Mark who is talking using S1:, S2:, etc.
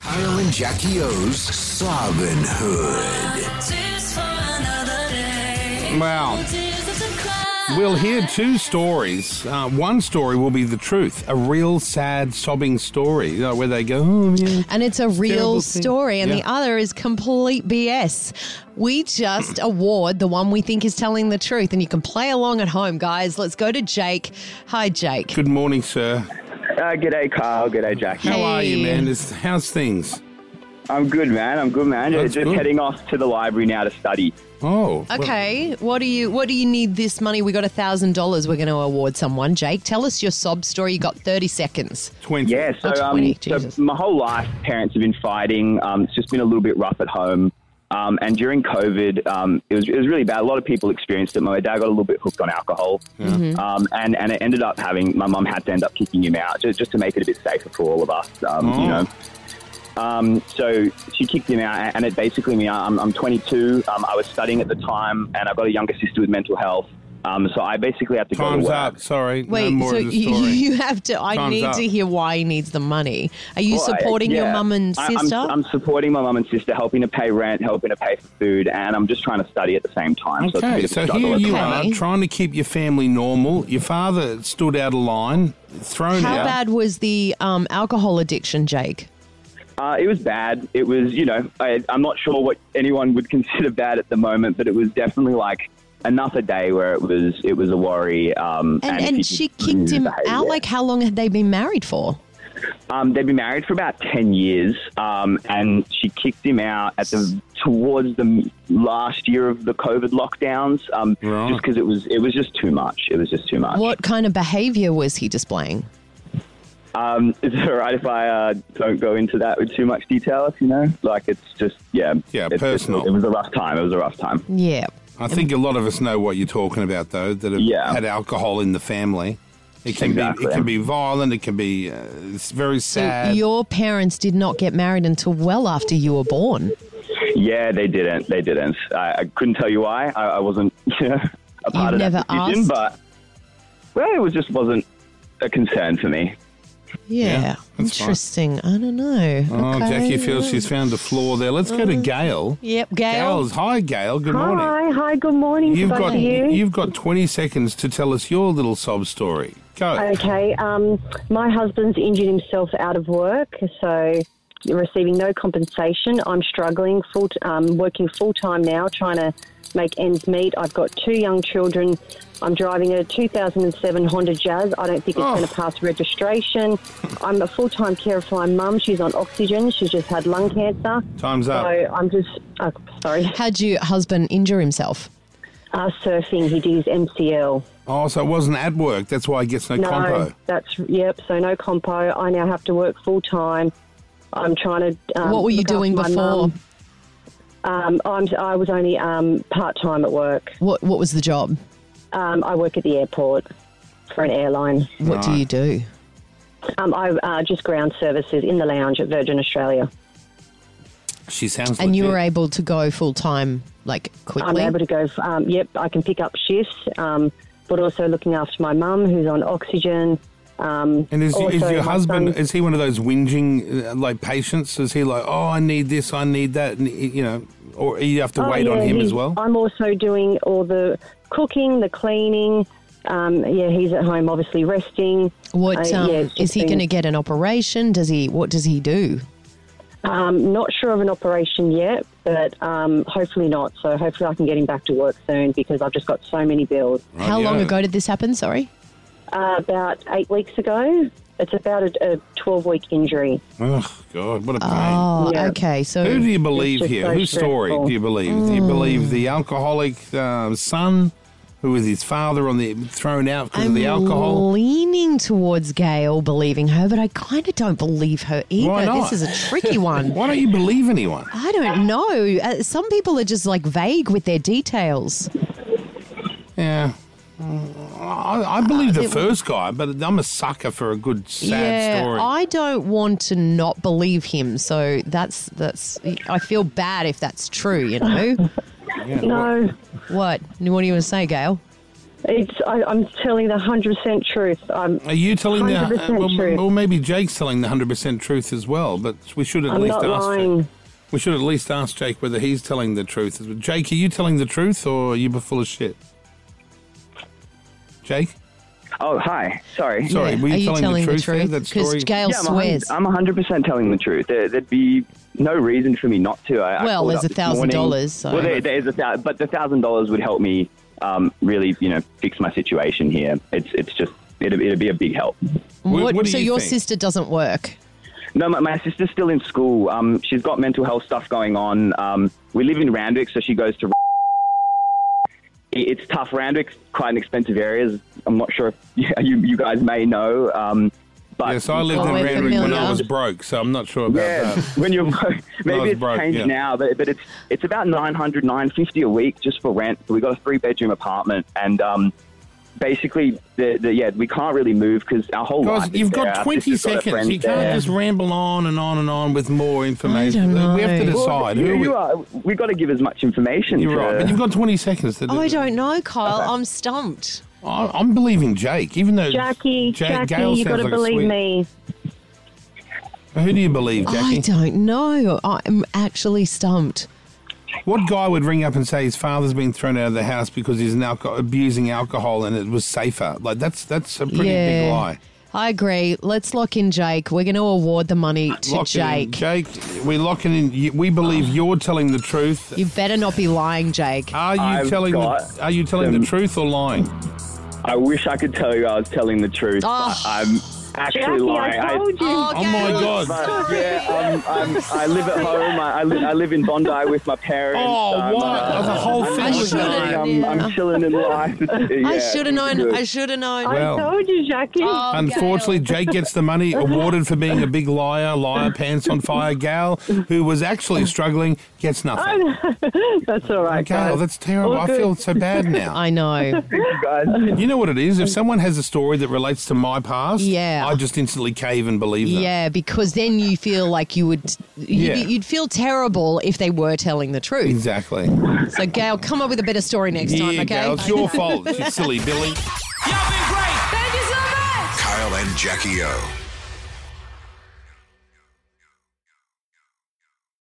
S1: Kyle and Jackie O's Sobbin' Hood.
S2: Wow. We'll hear two stories. Uh, one story will be the truth, a real sad, sobbing story you know, where they go, oh, yeah.
S3: And it's a
S2: Terrible
S3: real
S2: thing.
S3: story, and the
S2: Yeah.
S3: other is complete BS. We just award the one we think is telling the truth, and you can play along at home, guys. Let's go to Jake. Hi, Jake.
S2: Good morning, sir.
S4: Uh, g'day, Kyle. G'day, Jackie.
S2: How are you,
S3: Hey.
S2: man? It's, how's things?
S4: I'm good, man. I'm good, man.
S2: That's
S4: Just
S2: good.
S4: heading off to the library now to study.
S2: Oh. well,
S3: Okay, what do you what do you need this money? We got a thousand dollars. We're going to award someone. Jake, tell us your sob story. You got thirty seconds.
S2: 20.
S4: Yeah, so,
S3: Oh,
S4: um,
S3: 20, Jesus.
S4: so my whole life, parents have been fighting. Um, it's just been a little bit rough at home. Um, and during COVID, um, it, was, it was really bad. A lot of people experienced it. My dad got a little bit hooked on alcohol. Um, and, and it ended up having, my mum had to end up kicking him out just, just to make it a bit safer for all of us, um,
S2: Oh.
S4: you know. Um, so she kicked him out, and it basically me. I'm, I'm 22. Um, I was studying at the time, and I've got a younger sister with mental health. Um, so I basically had to go to
S2: Time's
S4: work.
S2: up. Sorry.
S3: Wait,
S2: no more
S3: so
S2: of the
S3: you,
S2: story.
S3: you have to. I
S2: Time's
S3: need
S2: up.
S3: to hear why he needs the money. Are you
S4: Well, I-
S3: supporting your
S4: yeah.
S3: mum and
S4: I- I'm-
S3: sister?
S4: I'm, supporting my mum and sister, helping to pay rent, helping to pay for food, and I'm just trying to study at the same time. so, it's a bit
S2: Okay,
S4: of a
S2: so
S4: struggle
S2: here
S4: at the
S2: you
S4: moment.
S2: are
S3: Okay.
S2: trying to keep your family normal. Your father stood out of line, thrown
S3: How
S2: out.
S3: bad was the um, alcohol addiction, Jake?
S4: Uh, it was bad. It was, you know, I, I'm not sure what anyone would consider bad at the moment, but it was definitely like another day where it was it was a worry. Um,
S3: And
S4: if
S3: and,
S4: you
S3: she
S4: could continue
S3: kicked
S4: to
S3: him
S4: behave,
S3: out.
S4: yeah.
S3: Like, how long had they been married for?
S4: Um, they'd been married for about ten years, um, and she kicked him out at the towards the last year of the COVID lockdowns, um,
S2: Right.
S4: just because it was it was just too much. It was just too much.
S3: What kind of behaviour was he displaying?
S4: Um, is it all right if I uh, don't go into that with too much detail? If you know, like it's just yeah,
S2: Yeah,
S4: it's-
S2: personal.
S4: It, was a rough time. It was a rough time.
S3: Yeah.
S2: I think a lot of us know what you're talking about, though, that have
S4: Yeah.
S2: had alcohol in the family. It can be
S4: Exactly.
S2: it can be violent. It can be uh, it's very
S3: So
S2: sad.
S3: your parents did not get married until well after you were born.
S4: Yeah, they didn't. They didn't. I, I couldn't tell you why. I, I wasn't you know, a part
S3: You
S4: of
S3: never
S4: that decision,
S3: asked?
S4: but well, it was just wasn't a concern for me.
S3: Yeah.
S2: Yeah, that's fine.
S3: Interesting. I don't know.
S2: oh,
S3: Okay.
S2: Jackie feels she's found a flaw there. Let's go to Gail.
S3: Yep, Mm-hmm. Gail.
S2: Gail's hi, Gail. Good morning.
S5: Hi, hi, good morning
S2: You've
S5: to both
S2: got
S5: of you.
S2: have got 20 seconds to tell us your little sob story. Go.
S5: okay, um, my husband's injured himself out of work, so receiving no compensation. I'm struggling, full t- um, working full time now, trying to make ends meet. I've got two young children. I'm driving a 2007 Honda Jazz. I don't think it's
S2: Oh.
S5: going to pass registration. I'm a full time carer for my mum. She's on oxygen. She's just had lung cancer.
S2: Time's up.
S5: So I'm just, oh, sorry,
S3: Had your husband injure himself?
S5: uh, surfing. He did his MCL.
S2: Oh, so it wasn't at work. That's why he gets no,
S5: No,
S2: compo.
S5: that's yep. So no compo. I now have to work full time. I'm trying to. Um,
S3: what were you
S5: look after
S3: doing
S5: my
S3: before?
S5: mum. Um, I'm, I was only um, part time at work.
S3: What What was the job?
S5: Um, I work at the airport for an airline.
S3: What do
S2: Right.
S3: you do?
S5: Um, I uh, just ground services in the lounge at Virgin Australia.
S2: She sounds.
S3: And you
S2: legit.
S3: were able to go full time, like
S5: I'm
S3: quickly.
S5: able to go. Um, yep, I can pick up shifts, um, but also looking after my mum who's on oxygen. Um,
S2: And is, is
S5: also
S2: your
S5: my
S2: husband?
S5: son-
S2: Is he one of those whinging uh, like patients? Is he like, oh, I need this, I need that, and he- you know, or you have to
S5: Oh,
S2: wait on
S5: yeah,
S2: him
S5: he's-
S2: as well?
S5: I'm also doing all the cooking, the cleaning. Um, yeah, he's at home, obviously resting.
S3: What
S5: Uh,
S3: um,
S5: yeah, it's
S3: is
S5: just
S3: he
S5: been-
S3: going to get an operation? Does he? What does he do?
S5: Um, not sure of an operation yet, but um, hopefully not. So hopefully I can get him back to work soon because I've just got so many bills.
S3: How long
S2: Rightio.
S3: ago did this happen? Sorry.
S5: Uh, about eight weeks ago, it's about a, a 12 week injury.
S2: Oh God, what a pain!
S3: Oh,
S5: Yeah.
S3: okay. So
S2: Who do you believe
S5: just
S2: here?
S5: so Mm.
S2: Whose story
S5: stressful.
S2: do you believe? Do you believe the alcoholic um, son, who was his father on the thrown out because
S3: I'm
S2: of the alcohol?
S3: leaning towards Gail believing her, but I kind of don't believe her either.
S2: Why not?
S3: This is a tricky one.
S2: Why don't you believe anyone?
S3: I don't know. Uh, some people are just like vague with their details.
S2: Yeah. Mm, I, I believe
S5: Uh,
S2: the first guy, but I'm a sucker for a good sad
S3: yeah,
S2: story.
S3: I don't want to not believe him. So that's that's. I feel bad if that's true. You know
S2: Yeah,
S5: No,
S3: what? What do you want to say, Gail?
S5: It's, I, I'm telling the 100% truth. I'm,
S2: Are you telling the? uh,
S5: 100%
S2: well,
S5: truth.
S2: well, maybe Jake's telling the hundred percent truth as well. But we should at
S5: I'm
S2: least
S5: not
S2: ask.
S5: lying.
S2: We should at least ask Jake whether he's telling the truth. Jake, are you telling the truth or are you full of shit? Jake,
S4: Oh, hi. Sorry.
S2: sorry, were you,
S3: Are
S2: telling, the truth? there, that story.
S3: Because Gail
S4: Yeah, I'm a hun-
S3: swears.
S4: I'm 100% telling the truth. There, there'd be no reason for me not to. I, I
S3: Well,
S4: called
S3: there's
S4: up
S3: a
S4: this
S3: thousand
S4: morning.
S3: dollars, so-
S4: Well, there, there's a thousand, but the thousand dollars would help me um, really, you know, fix my situation here. It's it's just it'd, it'd be a big help.
S2: What- what do
S3: so
S2: you
S3: your
S2: think?
S3: sister doesn't work.
S4: No, my, my sister's still in school. Um, she's got mental health stuff going on. Um, we live in Randwick, so she goes to. It- It's tough. Randwick's quite an expensive area. as I'm not sure if you, you guys may know. Um, but
S2: Yes, I lived
S3: Oh,
S2: in
S3: we're
S2: Randwick when I
S3: familiar.
S2: was broke, so I'm not sure about
S4: Yeah,
S2: that.
S4: when you're
S2: I was
S4: maybe it's
S2: broke,
S4: changed
S2: yeah.
S4: now, but, but it's it's about 900, 950 a week just for rent. So we got a three bedroom apartment, and um, basically, the, the yeah, we can't really move because our whole
S2: Guys,
S4: life. is
S2: you've
S4: there.
S2: got
S4: Our
S2: 20
S4: sister's got her
S2: seconds.
S4: friends
S2: You can't
S4: there.
S2: just ramble on and on and on with more information.
S3: I don't
S2: We have to
S3: know.
S4: Well,
S2: decide.
S4: you,
S2: who
S4: you
S2: we-
S4: are. We've got to give as much information.
S2: You're
S4: to-
S2: right, but you've got 20 seconds. To do
S3: I
S2: this.
S3: don't know, Kyle. I'm stumped.
S2: I, I'm believing Jake, even though
S5: Jackie,
S2: Ja-
S5: Jackie,
S2: Gail
S5: you
S2: sounds
S5: got to
S2: like a
S5: believe
S2: sweet-
S5: me.
S2: Who do you believe,
S3: I
S2: Jackie?
S3: don't know. I'm actually stumped.
S2: What guy would ring up and say his father's been thrown out of the house because he's now alco- abusing alcohol and it was safer? Like that's that's a pretty big lie.
S3: I agree. Let's lock in Jake. We're going to award the money to
S2: Lock it in.
S3: Jake. Ah.
S2: Jake, we're locking in. You- We believe you're telling the truth.
S3: You better not be lying, Jake.
S2: Are you
S4: I've
S2: telling?
S4: got
S2: The, are you telling the
S4: them-
S2: truth or lying?
S4: I wish I could tell you I was telling the truth.
S3: Oh.
S4: I, am actually
S5: Jackie,
S4: lying.
S5: I told you.
S3: Oh,
S2: Oh my
S3: Gail,
S2: God.
S4: But, yeah, um, I'm, I live at home. I, I, li- I live in Bondi with my parents.
S2: Oh,
S4: I'm,
S2: what?
S4: uh,
S2: The whole
S4: I'm
S2: thing
S4: just
S3: was
S4: dying.
S3: lying.
S4: I'm,
S3: Yeah.
S4: I'm chilling in life.
S3: I
S4: Yeah,
S3: should have
S4: it's
S3: known.
S4: good.
S3: I should have known.
S2: Well-
S5: I told you, Jackie.
S3: Oh,
S2: Unfortunately, Jake gets the money awarded for being a big liar, liar, pants on fire gal who was actually struggling gets nothing.
S5: That's all right,
S2: Gal,
S5: guys.
S2: that's terrible.
S5: All
S2: I
S5: good.
S2: feel so bad now.
S3: I know.
S4: Thank you guys.
S2: You know what it is? If someone has a story that relates to my past,
S3: Yeah.
S2: I just instantly cave and believe them.
S3: Yeah, because then you feel like you would, you'd,
S2: Yeah.
S3: you'd feel terrible if they were telling the truth.
S2: Exactly.
S3: So, Gail, come up with a better story next time,
S2: Yeah,
S3: okay?
S2: Gal, it's your fault, you silly Billy.
S1: Kyle and Jackie O.